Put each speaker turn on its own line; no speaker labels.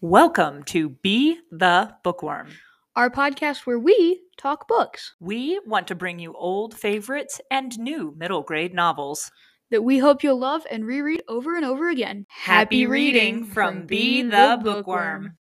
Welcome to Be the Bookworm.
our podcast where we talk books
We want to bring you old favorites and new middle grade novels.
that we hope you'll love and reread over and over again.
Happy reading from Be the Bookworm.